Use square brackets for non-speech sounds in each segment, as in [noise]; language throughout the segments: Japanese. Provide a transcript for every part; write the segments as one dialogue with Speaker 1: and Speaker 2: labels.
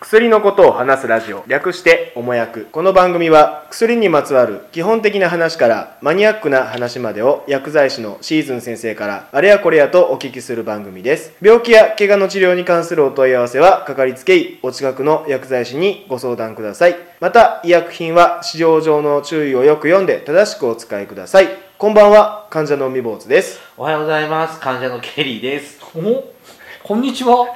Speaker 1: 薬のことを話すラジオ略しておもやくこの番組は薬にまつわる基本的な話からマニアックな話までを薬剤師のシーズン先生からあれやこれやとお聞きする番組です病気や怪我の治療に関するお問い合わせはかかりつけ医お近くの薬剤師にご相談くださいまた医薬品は市場上の注意をよく読んで正しくお使いくださいこんばんは患者の海坊主です
Speaker 2: おはようございます患者のケリーです
Speaker 3: [laughs] おこんにちは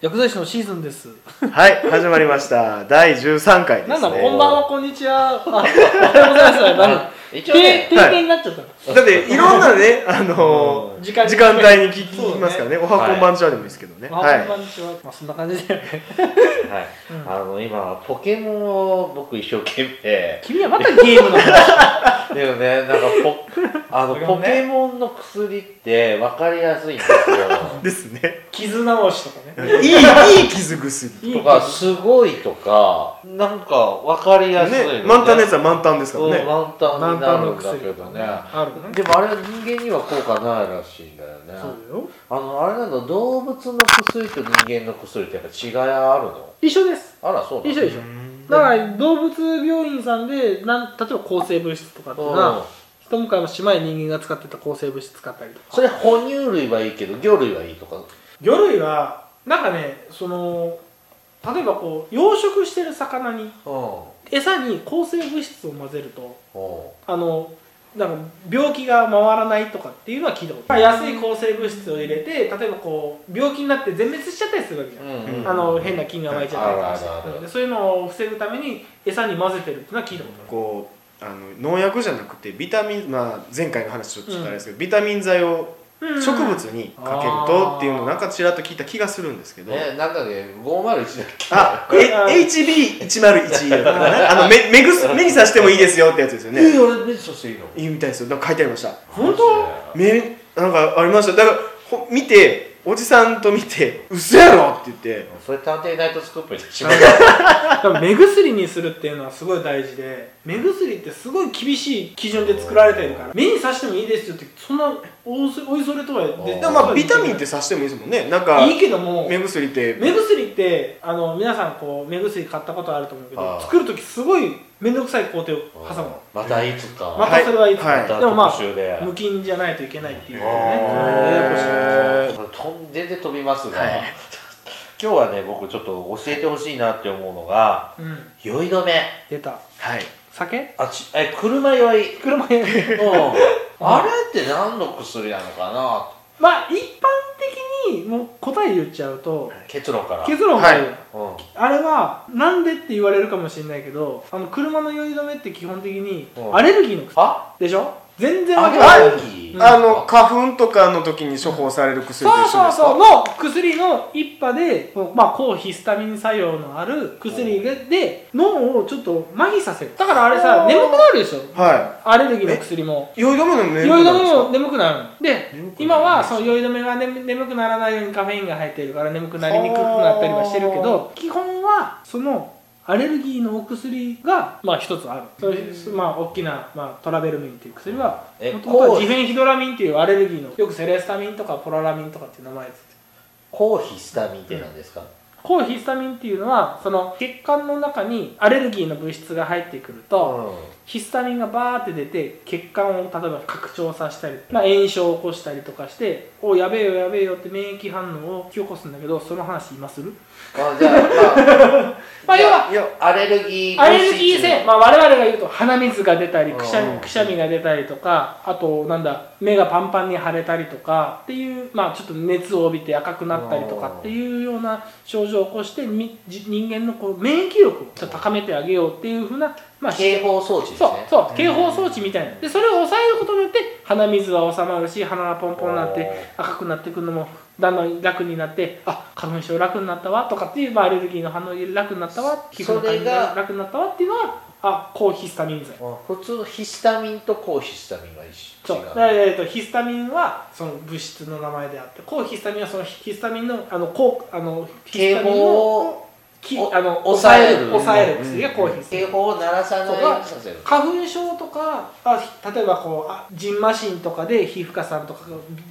Speaker 3: 薬剤師のシーズンです
Speaker 1: はい始まりました第13回です、ね、
Speaker 3: なんだこんばんはこんにちはあおはようございます
Speaker 2: [laughs]
Speaker 3: なんだ
Speaker 2: 一応
Speaker 3: 定
Speaker 2: ね
Speaker 3: 定型になっちゃっ
Speaker 1: [laughs]
Speaker 3: た、
Speaker 1: だっていろんなね、 [laughs] あのー
Speaker 3: うん
Speaker 1: 時
Speaker 3: 時
Speaker 1: 間
Speaker 3: 間
Speaker 1: 帯に聞き
Speaker 3: そうね
Speaker 1: ますからね、おはこんばんちはでもいいですけどね。
Speaker 3: まあ
Speaker 1: はい。
Speaker 3: こんばんちはまあそんな感じだよね
Speaker 2: はい、
Speaker 3: うん
Speaker 2: あの今ポケモンを僕一生懸命
Speaker 3: 君はまたゲームの話
Speaker 2: でもねなんか
Speaker 3: [laughs]
Speaker 2: ポあの
Speaker 3: ポケモ
Speaker 2: ポ
Speaker 3: ンね
Speaker 2: ケモンの薬って分かりやすいんですよ
Speaker 1: ですね。
Speaker 3: 傷直しとか
Speaker 2: [laughs]
Speaker 3: ね
Speaker 1: いい、いい傷薬。
Speaker 3: [laughs] いい
Speaker 2: とかすごいとかなんか分かりやすいの
Speaker 1: ね、満タンのやつは満タンですか
Speaker 2: そう
Speaker 1: らね。
Speaker 2: 満タンになるんだ
Speaker 3: 満タンの薬
Speaker 2: けどね
Speaker 3: あるね
Speaker 2: でもあれは人間には効果ないらしいんだよね
Speaker 3: そうだよ
Speaker 2: あのあれなの動物の薬と人間の薬ってやっぱ違いあるの
Speaker 3: 一緒です
Speaker 2: あらそうなの
Speaker 3: 一緒でしょだから動物病院さんでなん例えば抗生物質とかっていうの
Speaker 2: うん
Speaker 3: は一昔前人間が使ってた抗生物質使ったりとか
Speaker 2: それ哺乳類はいいけど魚類はいいとか
Speaker 3: 魚類はなんかねその例えばこう養殖してる魚に
Speaker 2: う
Speaker 3: 餌に抗生物質を混ぜると
Speaker 2: ん
Speaker 3: あのなんか病気が回らないとかっていうのは聞いたことある、まあ、安い抗生物質を入れて例えばこう病気になって全滅しちゃったりするわけじゃん、
Speaker 2: うんうん
Speaker 3: あの変な菌が湧いちゃったりとかして
Speaker 2: あるあるある
Speaker 3: なのでそういうのを防ぐために餌に混ぜてるっていうのは聞いたことある
Speaker 1: こう、あの農薬じゃなくて、ビタミン、まあ、前回の話ちょっとあれですけど、ビタミン剤を。
Speaker 3: うん
Speaker 1: 植物にかけるとっていうのをなんかちらっと聞いた気がするんですけど。
Speaker 2: えなんだっけ501だっけ
Speaker 1: あ、
Speaker 3: これあ
Speaker 1: え、H. B. 一0 1一だったかな。あの、目、目ぐす、目に刺してもいいですよってやつですよね。
Speaker 2: 俺ベッドしていいの
Speaker 1: いいみたいですよ。なんか書いてありました。
Speaker 3: 本当
Speaker 1: めなんかありましただからほ見ておじさんと見て「嘘やろ!」って言って
Speaker 2: それ探偵ナイトスクープにしま
Speaker 3: だから [laughs] 目薬にするっていうのはすごい大事で目薬ってすごい厳しい基準で作られてるから目に刺してもいいですよってそんなおそおいそれとはで
Speaker 1: でもまあビタミンって刺してもいいですもんねなんか
Speaker 3: いいけども
Speaker 1: 目薬って
Speaker 3: 目薬ってあの皆さんこう目薬買ったことあると思うけ
Speaker 2: あ
Speaker 3: ど
Speaker 2: ー
Speaker 3: 作る時すごい面倒くさい工程を
Speaker 2: す
Speaker 3: 挟む
Speaker 2: またいつか
Speaker 3: またそれはいつか、
Speaker 1: はいはい
Speaker 2: また
Speaker 3: でもま
Speaker 2: 特集で
Speaker 3: あ無菌じゃないといけないっていうね
Speaker 1: へー
Speaker 2: これ飛ん全然飛びますが、
Speaker 1: はい
Speaker 2: 今日はね僕ちょっと教えてほしいなって思うのが
Speaker 3: うん
Speaker 2: 酔い止め
Speaker 3: 出た
Speaker 1: はい
Speaker 3: 酒 [laughs]
Speaker 2: あちえ車酔 [laughs] い
Speaker 3: 車屋
Speaker 2: うんあれって何の薬なのかな
Speaker 3: まあ一般的にもう答え言っちゃうと
Speaker 2: 結論から
Speaker 3: 結論が
Speaker 1: は
Speaker 3: 言
Speaker 1: いう
Speaker 2: うん
Speaker 3: あれはなんでって言われるかもしれないけどあの車の酔い止めって基本的に
Speaker 2: うん
Speaker 3: アレルギーの薬
Speaker 2: あ
Speaker 3: でしょ全然
Speaker 2: ア
Speaker 3: わ
Speaker 2: レ
Speaker 3: けない
Speaker 2: ルギー
Speaker 1: あの花粉とかの時に処方される薬と
Speaker 3: そう
Speaker 1: 一緒
Speaker 3: そ
Speaker 1: で
Speaker 3: う
Speaker 1: すか
Speaker 3: そうの薬の一派で、まあ、抗ヒスタミン作用のある薬で脳をちょっと麻痺させるだからあれさ
Speaker 1: あー
Speaker 3: 眠くなるでしょ
Speaker 1: は
Speaker 3: アレルギーの薬も
Speaker 1: い酔い止めの
Speaker 3: 酔
Speaker 1: ね
Speaker 3: い止めも眠くなるで
Speaker 1: 眠くなる
Speaker 3: 今はその酔い止めが、ね、眠くならないようにカフェインが入ってるから眠くなりにくくなったりはしてるけど基本はそのアレルギーのお薬がまあ一つあるそういうまあ大きな、まあ、トラベルミンっていう薬は
Speaker 2: え
Speaker 3: もともと
Speaker 2: こ
Speaker 3: は
Speaker 2: う
Speaker 3: ジフェンヒドラミンっていうアレルギーのよくセレスタミンとかポララミンとかっていう名前です
Speaker 2: 抗ヒスタミンって何ですか、
Speaker 3: 抗ヒスタミンっていうのはその血管の中にアレルギーの物質が入ってくると、ヒスタミンがバーって出て血管を例えば拡張させたり、まあ、炎症を起こしたりとかして「おやべえよやべえよ」って免疫反応を引き起こすんだけどその話今する
Speaker 2: あじゃあ、まあ、
Speaker 3: [laughs] まあ
Speaker 2: じ
Speaker 3: 要
Speaker 2: ゃ
Speaker 3: は
Speaker 2: あアレルギー
Speaker 3: アレルギー
Speaker 2: 性
Speaker 3: 性、まあ、我々が言うと鼻水が出たりくしゃ
Speaker 2: うん
Speaker 3: みくしゃみが出たりとかあとなんだ目がパンパンに腫れたりとかっていう、まあ、ちょっと熱を帯びて赤くなったりとかっていうような症状を起こしてみじ人間のこう免疫力をちょっと高めてあげようっていうふうな、まあ、
Speaker 2: 警報装置です
Speaker 3: そう
Speaker 2: ね
Speaker 3: そう警報装置みたいなでそれを抑えることによって鼻水は収まるし鼻がポンポンになっ
Speaker 2: おー
Speaker 3: て赤くなってくるのもだんだん楽になってあ花粉症楽になったわとかっていう、まあ、アレルギーの反応で楽になったわ皮膚の感じが楽になったわっていうのはあ抗ヒスタミン剤
Speaker 2: あ普通のヒスタミンと抗ヒスタミンは一
Speaker 3: そ
Speaker 2: 緒
Speaker 3: う
Speaker 2: 違
Speaker 3: だ
Speaker 2: う
Speaker 3: からえーとヒスタミンはその物質の名前であって抗ヒスタミンはそのヒスタミンのあの抗あのヒ
Speaker 2: 警
Speaker 3: スタミン
Speaker 2: 報
Speaker 3: を
Speaker 2: を
Speaker 3: き
Speaker 2: お
Speaker 3: あの
Speaker 2: 抑
Speaker 3: 抑
Speaker 2: え
Speaker 3: え
Speaker 2: る
Speaker 3: る抑える薬が抗ヒスタミン
Speaker 2: 警報を鳴らさないようにさせる
Speaker 3: 花粉症とかあ例えばこうあジンマシンとかで皮膚科さんとか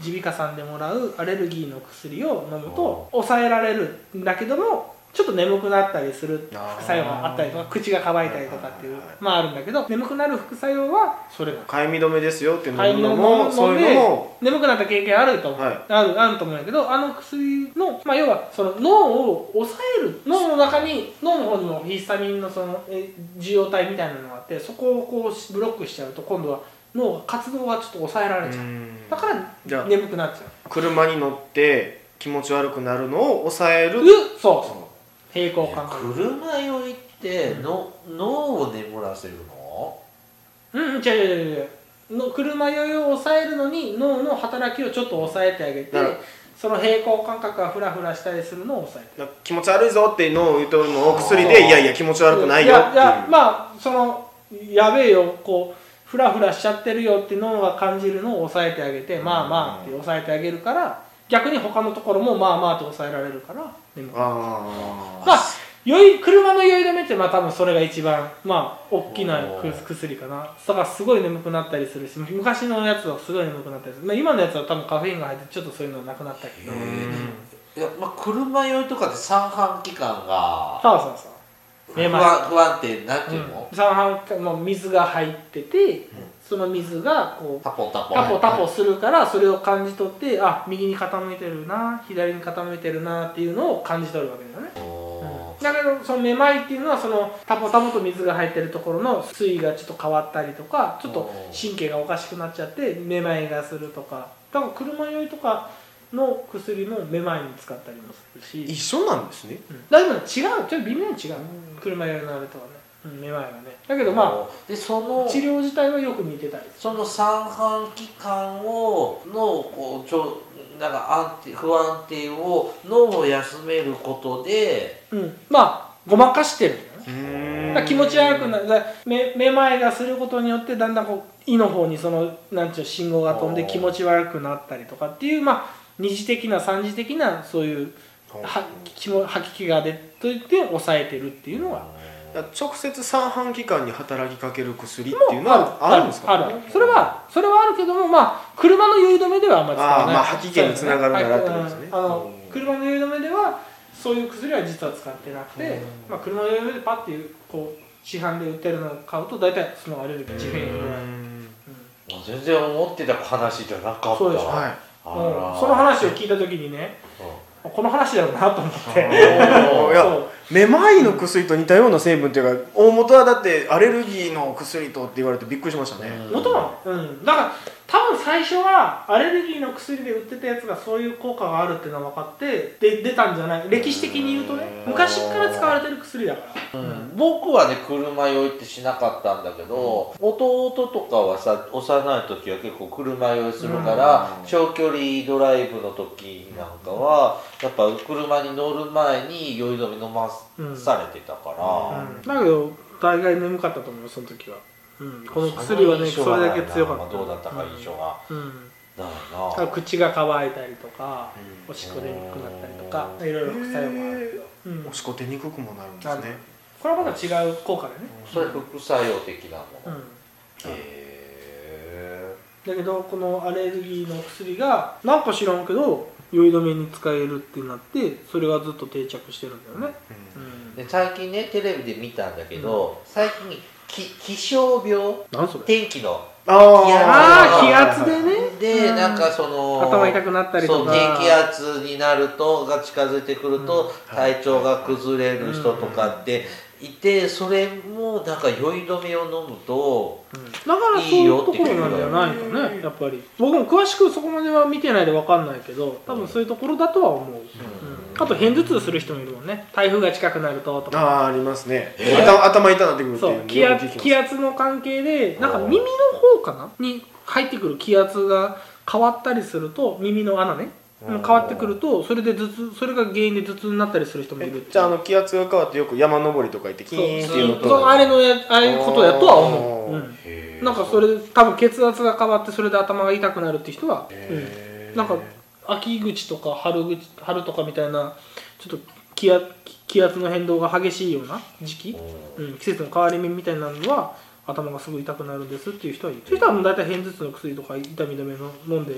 Speaker 3: 耳鼻科さんでもらうアレルギーの薬を飲むと抑えられるんだけどもちょっと眠くなったりする
Speaker 2: あー
Speaker 3: 副作用があったりとか口が乾いたりとかっていう
Speaker 1: はいはいはい
Speaker 3: まああるんだけど眠くなる副作用はそれなの
Speaker 1: かゆみ止めですよっていう
Speaker 3: 肺
Speaker 1: の
Speaker 3: の
Speaker 1: も
Speaker 3: も
Speaker 1: そう
Speaker 3: の
Speaker 1: いうの
Speaker 3: で
Speaker 1: も
Speaker 3: 眠くなった経験あると思う、
Speaker 1: はい
Speaker 3: あるあると思うんやけどあの薬の、まあ、要はその脳を抑える脳の中に脳の方にもヒスタミンのそのえ受容体みたいなのがあってそこをこうしブロックしちゃうと今度は脳が活動がちょっと抑えられち
Speaker 1: う
Speaker 3: ゃう、
Speaker 1: ん
Speaker 3: だか
Speaker 1: じゃ
Speaker 3: ら
Speaker 1: あ
Speaker 3: 眠くなっちゃう
Speaker 1: 車に乗って気持ち悪くなるのを抑える
Speaker 3: うそうそう平行感覚
Speaker 2: 車酔いっての脳を眠らせるの
Speaker 3: うんうん違う違う違う違うの車酔いを抑えるのに脳の働きをちょっと抑えてあげて
Speaker 1: なるほど
Speaker 3: その平行感覚がフラフラしたりするのを抑える
Speaker 1: だから気持ち悪いぞっていうのを言うとるのを薬で
Speaker 2: あー
Speaker 1: いやいや気持ち悪くないよっていう
Speaker 3: ややまあそのやべえよこうフラフラしちゃってるよって脳が感じるのを抑えてあげて、まあまあって抑えてあげるから逆に他のところもまあまあって抑えられるからでも
Speaker 1: あ
Speaker 3: まあ酔い車の酔い止めってまあ多分それが一番まあ大きな
Speaker 2: お
Speaker 3: く
Speaker 2: ー
Speaker 3: 薬かなだからすごい眠くなったりするし昔のやつはすごい眠くなったりする、まあ、今のやつは多分カフェインが入ってちょっとそういうのはなくなったけど
Speaker 2: う
Speaker 1: ー
Speaker 2: ん
Speaker 1: う
Speaker 3: そう
Speaker 2: いや、
Speaker 3: ん
Speaker 2: まあ、車酔いとかで三半規管が
Speaker 3: そうそう
Speaker 2: 不
Speaker 3: 見え
Speaker 2: 安
Speaker 3: ます
Speaker 2: 不安定になってるの、
Speaker 3: 三半規管も水が入ってて、その水がこう
Speaker 2: タポンタポン
Speaker 3: タポタポするからそれを感じ取ってあ右に傾いてるな左に傾いてるなっていうのを感じ取るわけだよね
Speaker 2: お
Speaker 3: だけどそのめまいっていうのはそのタポタポと水が入ってるところの水位がちょっと変わったりとかちょっと神経がおかしくなっちゃってめまいがするとかだから車酔いとかの薬もめまいに使ったりもするし
Speaker 1: 一緒なんですね
Speaker 3: うんだいぶ違うちょっと微妙に違う車酔いのあれとはね、うん、めまいはねだけど
Speaker 2: ー
Speaker 3: ま
Speaker 2: でそ
Speaker 3: あ
Speaker 2: の
Speaker 3: 治療自体はよく似てたり
Speaker 2: その三半規管をのこうちょなんか安定不安定を脳を休めることで
Speaker 3: うん、まあごまかしてるんだよね
Speaker 1: う
Speaker 3: だ
Speaker 1: ーん
Speaker 3: から気持ち悪くなるだからめめまいがすることによってだんだんこう胃の方にそのなんちゅう信号が飛んで
Speaker 2: おー
Speaker 3: 気持ち悪くなったりとかっていうまあ二次的な三次的なそういうは気も吐き気が出といって抑えてるっていうのは
Speaker 1: だから直接三半規管に働きかける薬っ
Speaker 3: も
Speaker 1: ていうのはあるんですか
Speaker 3: あるあるそれはそれはあるけどもまあ車の酔い止めではあんまり使わない
Speaker 1: あーまあ吐き気につながるからってことですね
Speaker 3: はいうんあの
Speaker 1: うん
Speaker 3: 車の酔い止めではそういう薬は実は使ってなく
Speaker 1: うん
Speaker 3: て、まあ、車の酔い止めでパッてこう市販で売ってるのを買うと大体そのアレルギー自閉
Speaker 1: う
Speaker 3: 炎
Speaker 1: ー
Speaker 3: ぐらい、うん
Speaker 1: ん
Speaker 2: 全然思ってた話じゃなかった
Speaker 3: そうでしょ
Speaker 2: あ
Speaker 1: はい
Speaker 2: ら
Speaker 3: もうその話を聞いた時にねこの話だろうなと思って
Speaker 1: おーいや
Speaker 3: そう
Speaker 1: めまいの薬と似たような成分っていうか大元はだってアレルギーの薬とって言われてびっくりしましたね、
Speaker 3: 元は、うん、だから多分最初はアレルギーの薬で売ってたやつがそういう効果があるっていうのは分かってで出たんじゃない歴史的に言うとね
Speaker 2: うん
Speaker 3: 昔から使われてる薬だから、
Speaker 2: うん僕はね車酔いってしなかったんだけど、弟とかはさ幼い時は結構車酔いするから、
Speaker 1: うん
Speaker 2: 長距離ドライブの時なんかはやっぱ車に乗る前に酔い止め飲ま
Speaker 3: うん
Speaker 2: されてたから、
Speaker 1: うん
Speaker 3: だけど大概眠かったと思うよその時は、うん、この薬はね
Speaker 2: 印象
Speaker 3: そ
Speaker 2: が
Speaker 3: れ
Speaker 2: ない
Speaker 3: だ
Speaker 2: な
Speaker 3: け強かった、
Speaker 2: まあどうだったか印象が
Speaker 3: うん、うん
Speaker 2: ない
Speaker 3: だ
Speaker 2: な、
Speaker 3: から口が乾いたりとか、
Speaker 1: うん
Speaker 3: おしっこ出にくくなったりとかいろいろ副作用があるけど、うん、
Speaker 1: おしっこ出にくくもなるんで
Speaker 3: な
Speaker 1: す
Speaker 3: る
Speaker 1: ね
Speaker 3: これはまた違う効果だよね、
Speaker 2: それ副作用的なも
Speaker 3: う
Speaker 2: の、
Speaker 3: ん
Speaker 2: へえ
Speaker 3: だけどこのアレルギーの薬がなんか知らんけど酔い止めに使えるってなってそれがずっと定着してるんだよね、
Speaker 1: うん
Speaker 2: で最近ねテレビで見たんだけど、最近き気象病
Speaker 3: なんそれ
Speaker 2: 天気の
Speaker 1: あ
Speaker 2: いや
Speaker 3: ああ
Speaker 2: ー
Speaker 3: 気圧でね
Speaker 2: で、
Speaker 3: うん
Speaker 2: なんかその
Speaker 3: 頭痛くなったりとか
Speaker 2: そう低気圧になるとが近づいてくると、
Speaker 1: うん
Speaker 2: 体調が崩れる人とかっていてそれもなんか酔い止めを飲むと
Speaker 3: うんだからそういうところなんじゃないのねやっぱり僕も詳しくそこまでは見てないで分かんないけど多分そういうところだとは思う、うんあと片頭痛する人もいるもんね台風が近くなるとと
Speaker 1: あ
Speaker 3: か
Speaker 1: あありますね、
Speaker 2: えー
Speaker 1: 頭頭痛なってくるって
Speaker 3: そ
Speaker 1: いうう
Speaker 3: 気圧気
Speaker 1: 圧
Speaker 3: 圧の関係でなんか耳の方かなに入ってくる気圧が変わったりすると耳の穴ね変わってくるとそれで頭痛それが原因で頭痛になったりする人もいるっていう
Speaker 1: じゃああの気圧が変わってよく山登りとか行ってキ
Speaker 3: そう
Speaker 1: ーンっていうの
Speaker 2: ずっ
Speaker 1: と
Speaker 3: そうあれのやああいうことやとは思う、
Speaker 1: お
Speaker 3: う
Speaker 1: ー
Speaker 3: ん、
Speaker 2: へー
Speaker 3: なんかそれで多分血圧が変わってそれで頭が痛くなるって人は、うん、
Speaker 1: へー
Speaker 3: なんか秋口とか春口春とかみたいなちょっと気圧気圧の変動が激しいような時期、うん、季節の変わり目みたいなのは頭がすぐ痛くなるんですっていう人はいるそういう人はもう大体片頭痛の薬とか痛み止めの飲んで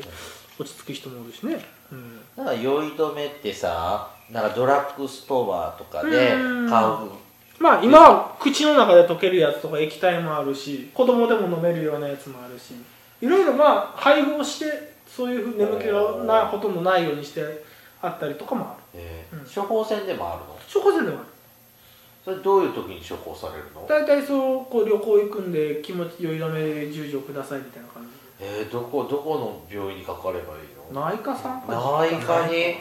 Speaker 3: 落ち着く人もおるしね、うん、
Speaker 2: なんか酔い止めってさなんかドラッグストアとかで
Speaker 3: うん
Speaker 2: 買う
Speaker 3: まあ今は口の中で溶けるやつとか液体もあるし子供でも飲めるようなやつもあるしいろいろまあ配合してそういうふう眠気がなほとんどないようにしてあったりとかもある
Speaker 2: え
Speaker 3: うん
Speaker 2: ー処方箋でもあるの
Speaker 3: 処方箋でもある
Speaker 2: それどういう時に処方されるの
Speaker 3: 大体そうこう旅行行くんで気持ち酔い止め10錠くださいみたいな感じ
Speaker 2: えー、どこどこの病院にかかればいいの
Speaker 3: 内科さんか
Speaker 2: 内科にえ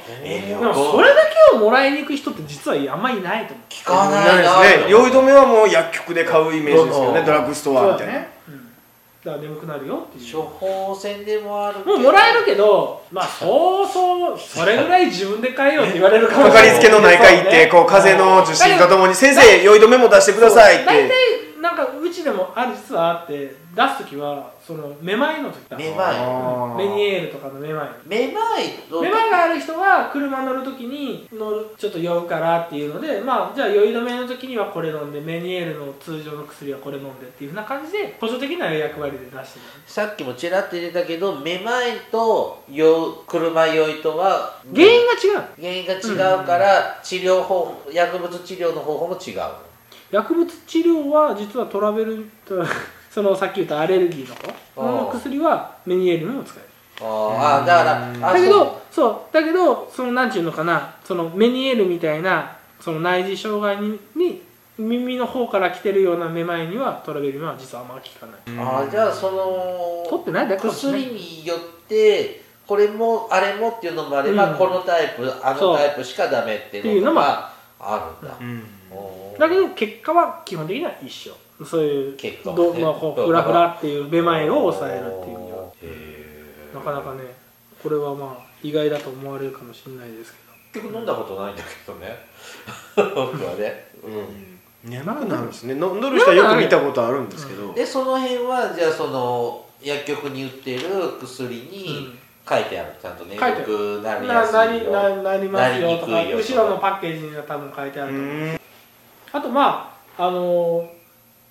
Speaker 3: で
Speaker 2: ー
Speaker 3: もそれだけをもらいに行く人って実はあんまりいないと思う
Speaker 2: 聞かない
Speaker 1: ですね酔い止めはもう薬局で買うイメージですよね
Speaker 2: うん
Speaker 1: ドラッグスト
Speaker 3: そう
Speaker 1: アみ
Speaker 3: だ
Speaker 1: たいな
Speaker 3: ね、うん、だから眠くなるよっていう
Speaker 2: 処方箋でもあるけ
Speaker 3: も
Speaker 2: ど
Speaker 3: うもらえるけどまあそうそうそれぐらい自分で買えよって言われるかもしれ
Speaker 1: か
Speaker 3: な
Speaker 1: か
Speaker 3: い
Speaker 1: りつけの内科行ってこう風邪の受診とともに「先生酔い止めも出してください」っ
Speaker 3: 大
Speaker 1: て
Speaker 3: 体なんかうちでもある実はあって出す時はそのめまいの時だ
Speaker 2: め
Speaker 1: あ
Speaker 2: まい
Speaker 1: ー
Speaker 3: メニエールとかのめまい
Speaker 2: めまいと
Speaker 3: めまいがある人は車乗る時に乗るちょっと酔うからっていうのでまあじゃあ酔い止めの時にはこれ飲んでメニエールの通常の薬はこれ飲んでっていうふうな感じで補助的な役割で出してる
Speaker 2: さっきもちらっと出たけどめまいと酔う車酔いとは
Speaker 3: 原因が違う
Speaker 2: 原因が違うから治療方法薬物治療の方法も違う
Speaker 3: 薬物治療は実はトラベル [laughs] そのさっき言ったアレルギーの子
Speaker 2: あー
Speaker 3: の薬はメニエールにも使える
Speaker 2: あーあーだからあ
Speaker 3: だけ
Speaker 2: そう
Speaker 3: どそうだけどそのなんていうのかなそのメニエールみたいなその内耳障害にに耳の方から来てるようなめまいにはトラベルには実はあんま効かない
Speaker 2: あーじゃあそ
Speaker 3: 取っ
Speaker 2: の
Speaker 3: てないだけかもしれない
Speaker 2: 薬によってこれもあれもっていうのもあれば、
Speaker 3: うん
Speaker 2: このタイプあ
Speaker 3: そ
Speaker 2: の
Speaker 3: う
Speaker 2: タイプしかダメっていうのがあるんだ、おー
Speaker 3: だけど結果は基本的には一緒そういう
Speaker 2: 結果はね
Speaker 3: どまあこうフラフラっていうめまいを抑えるっていう意味は
Speaker 2: へー
Speaker 3: なかなかねこれはまあ意外だと思われるかもしれないですけど
Speaker 2: 結局飲んだことないんだけどね僕は [laughs] ね、
Speaker 1: 眠くなるんですね飲んどる人はよく見たことあるんですけ
Speaker 2: うん
Speaker 1: ど
Speaker 2: でその辺はじゃあその薬局に売ってる薬に書いてあるちゃんとね
Speaker 3: 書いてある
Speaker 2: よくなりや
Speaker 3: な
Speaker 2: す
Speaker 3: ないり
Speaker 2: よ
Speaker 3: ななりますよとか
Speaker 2: なりにくいよとか
Speaker 3: 後ろのパッケージには多分書いてあ
Speaker 1: う
Speaker 3: ると思うんあとまああのー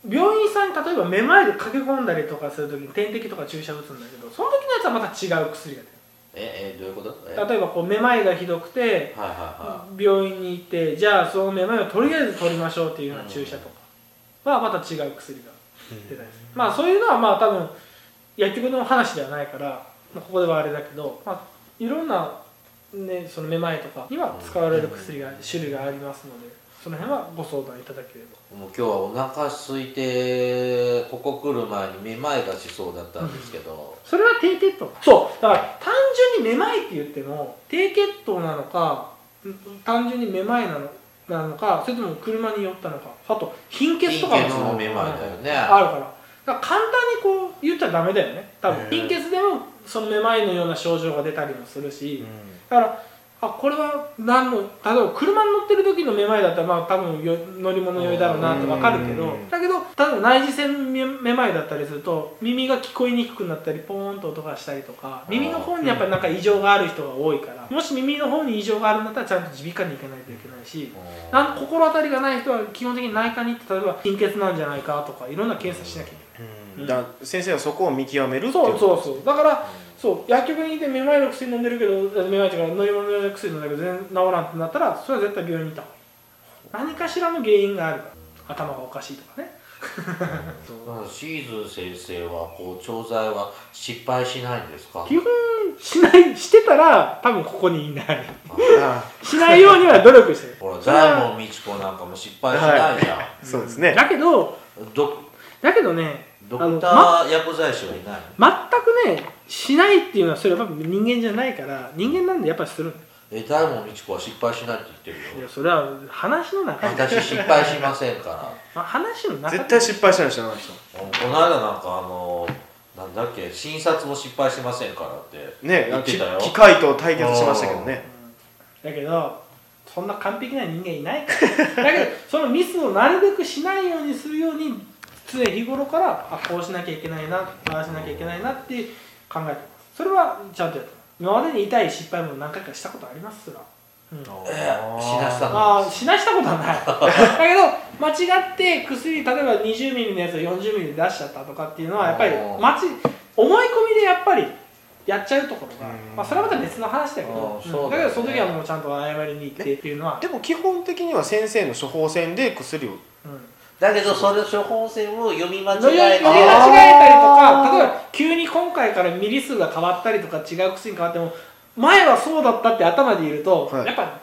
Speaker 3: 病院さんに例えばめまいで駆け込んだりとかするときに点滴とか注射打つんだけどその時のやつはまた違う薬が
Speaker 2: ええどういうことえ
Speaker 3: 出る例えばこうめまいがひどくて
Speaker 2: はいはいは
Speaker 3: 病院に行ってじゃあそのめまいをとりあえず取りましょうっていうような注射とかはまた違う薬が出たりする、まあそういうのはまあ多分薬局の話ではないから、まあ、ここではあれだけど、まあ、いろんな、ね、そのめまいとかには使われる薬が種類がありますのでその辺はご相談いただければ。
Speaker 2: いもう今日はお腹空いてここ来る前にめまいがしそうだったんですけど、
Speaker 3: それは低血糖そうだから単純にめまいって言っても低血糖なのかうん単純にめまいなのなのかそれとも車に酔ったのかあと貧血とか
Speaker 2: 貧血のめまいだよね
Speaker 3: あるからだから簡単にこう言ったらダメだよね多
Speaker 1: へ
Speaker 3: 分
Speaker 1: え
Speaker 3: 貧血でもそのめまいのような症状が出たりもするし、だからあこれは何の例えば車に乗ってる時のめまいだったら、まあ、多分よ乗り物酔いだろうなって分かるけ
Speaker 1: う
Speaker 3: ど
Speaker 1: ん
Speaker 3: だけど多分内耳腺めめまいだったりすると耳が聞こえにくくなったりポーンと音がしたりとか耳の方にやっぱりなんか異常がある人が多いからもし耳の方に異常があるんだったらちゃんと耳鼻科に行かないといけないし。
Speaker 2: うん
Speaker 3: なん心当たりがない人は基本的に内科に行って例えば貧血なんじゃないかとかいろんな検査しなきゃいけな
Speaker 1: う
Speaker 3: い
Speaker 1: んだから先生はそこを見極めるってい
Speaker 3: そうそう
Speaker 1: う
Speaker 3: そうだからそう薬局にいてめまいの薬飲んでるけどめまいとか乗り物の薬飲んだけど全然治らんってなったらそれは絶対病院に行った方がいい何かしらの原因があるから頭がおかしいとかねそう
Speaker 2: うんシーズン先生はこう調剤は失敗しないんですか
Speaker 3: 基本しないしてたら多分ここにいない
Speaker 1: ああ
Speaker 3: しないようには努力してる
Speaker 2: ほら
Speaker 3: それは
Speaker 2: 大門みち子なんかも失敗しないじゃん、
Speaker 1: そうですね
Speaker 3: だけど
Speaker 2: ド
Speaker 3: だけどね
Speaker 2: ドクタ
Speaker 3: あ
Speaker 2: ー薬剤師はいないの
Speaker 3: 全くねしないっていうのはそれはやっぱ人間じゃないから人間なんでやっぱりするんだよ
Speaker 2: え大門みち子は失敗しないって言って
Speaker 3: い
Speaker 2: るよ
Speaker 3: やそれは話の中で、
Speaker 2: 私失敗しませんから
Speaker 3: まあ、話の中で
Speaker 1: 絶対失敗しない人なんですよ
Speaker 2: この間なんかあのなんだっけ診察も失敗しませんからって
Speaker 1: ね
Speaker 2: 言ってたよ
Speaker 1: き機械と対決しましたけどね
Speaker 3: だけどそんな完璧な人間いないからだけどそのミスをなるべくしないようにするように常日頃からあこうしなきゃいけないなああしなきゃいけないなって考えてますそれはちゃんとやってます今までに痛い失敗も何回かしたことありますそら、うん
Speaker 2: ええしなした
Speaker 3: あ
Speaker 2: の
Speaker 3: あしなしたことはないだけど間違って薬例えば20ミリのやつを40ミリで出しちゃったとかっていうのはやっぱり
Speaker 2: おー
Speaker 3: 間ち思い込みでやっぱりやっちゃうところが、
Speaker 1: うん
Speaker 3: まあ、それはまた別の話だけど、
Speaker 2: うんそうだ
Speaker 3: だ
Speaker 2: よね
Speaker 3: けどその時はもうちゃんと謝りに行ってっていうのは、
Speaker 1: でも基本的には先生の処方箋で薬を
Speaker 3: うん
Speaker 2: だけどそれ処方箋を読み間
Speaker 3: 飲み間違
Speaker 2: 違
Speaker 3: え
Speaker 2: えて
Speaker 3: たりと
Speaker 1: あ
Speaker 3: か
Speaker 1: あー
Speaker 3: 例えば急に今回からミリ数が変わったりとか違う薬に変わっても前はそうだったって頭でいると、
Speaker 1: はい
Speaker 3: やっぱ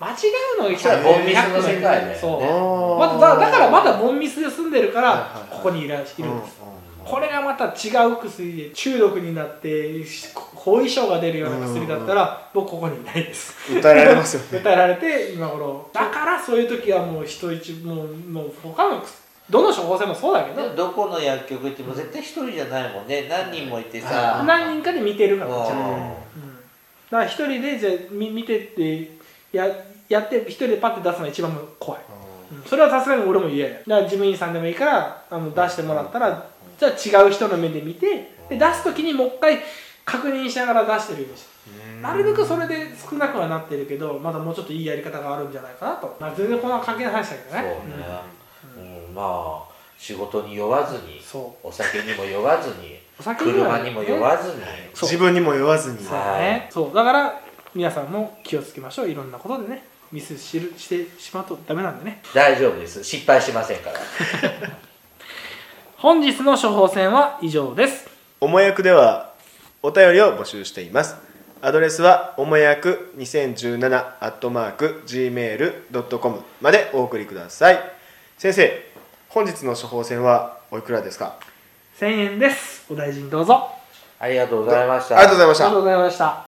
Speaker 3: 間違うのが
Speaker 2: そしたら凡ミスの世界だよね
Speaker 3: そうま
Speaker 1: ま
Speaker 3: だだだからまだボンミスで住んでるか
Speaker 1: はい
Speaker 3: ら
Speaker 1: はいはい
Speaker 3: ここにいらいるんです、これがまた違う薬で中毒になってし後遺症が出るような薬だったら僕ここにいないです [laughs]
Speaker 1: 訴えられますよね
Speaker 3: 訴えられて今頃だからそういう時はもう人一もうもう他の薬どの処方箋もそうだけど
Speaker 2: でもどこの薬局行っても絶対一人じゃないもんね何人もいてさ
Speaker 3: 何人かで見てるから
Speaker 2: うん
Speaker 3: ちゃんとうんだから一人でじゃあみ見てってややって一人でパッて出すのが一番怖い、うんそれはさすがに俺も嫌やだから事務員さんでもいいからあの出してもらったらじゃあ違う人の目で見てで出す時にもう一回確認しながら出してるようにしてなるべくそれで少なくはなってるけどまだもうちょっといいやり方があるんじゃないかなと、まあ、全然こんな関係ない話だけ
Speaker 2: そ
Speaker 3: ど
Speaker 2: う
Speaker 3: ね
Speaker 2: ね、うん、まあ仕事に酔わずに
Speaker 3: うんそう
Speaker 2: お酒にも酔わずに
Speaker 3: お酒に
Speaker 2: 車
Speaker 3: は
Speaker 2: にも酔わずに、
Speaker 3: そう
Speaker 1: 自分にも酔わずに
Speaker 3: そうだね、そうだから皆さんも気をつけましょういろんなことでねミスしるしてしまうとダメなんでね
Speaker 2: 大丈夫です失敗しませんから
Speaker 3: 本日の処方箋は以上です
Speaker 1: おもやくではお便りを募集していますアドレスはおもやく2017アットマーク gmail.com までお送りください先生本日の処方箋はおいくらですか
Speaker 3: 1000円ですお大事にどうぞ
Speaker 2: ありがとうございまし
Speaker 1: あ
Speaker 2: た
Speaker 1: りがとうござい
Speaker 3: あ
Speaker 1: ま
Speaker 3: り
Speaker 1: した
Speaker 3: がとうございました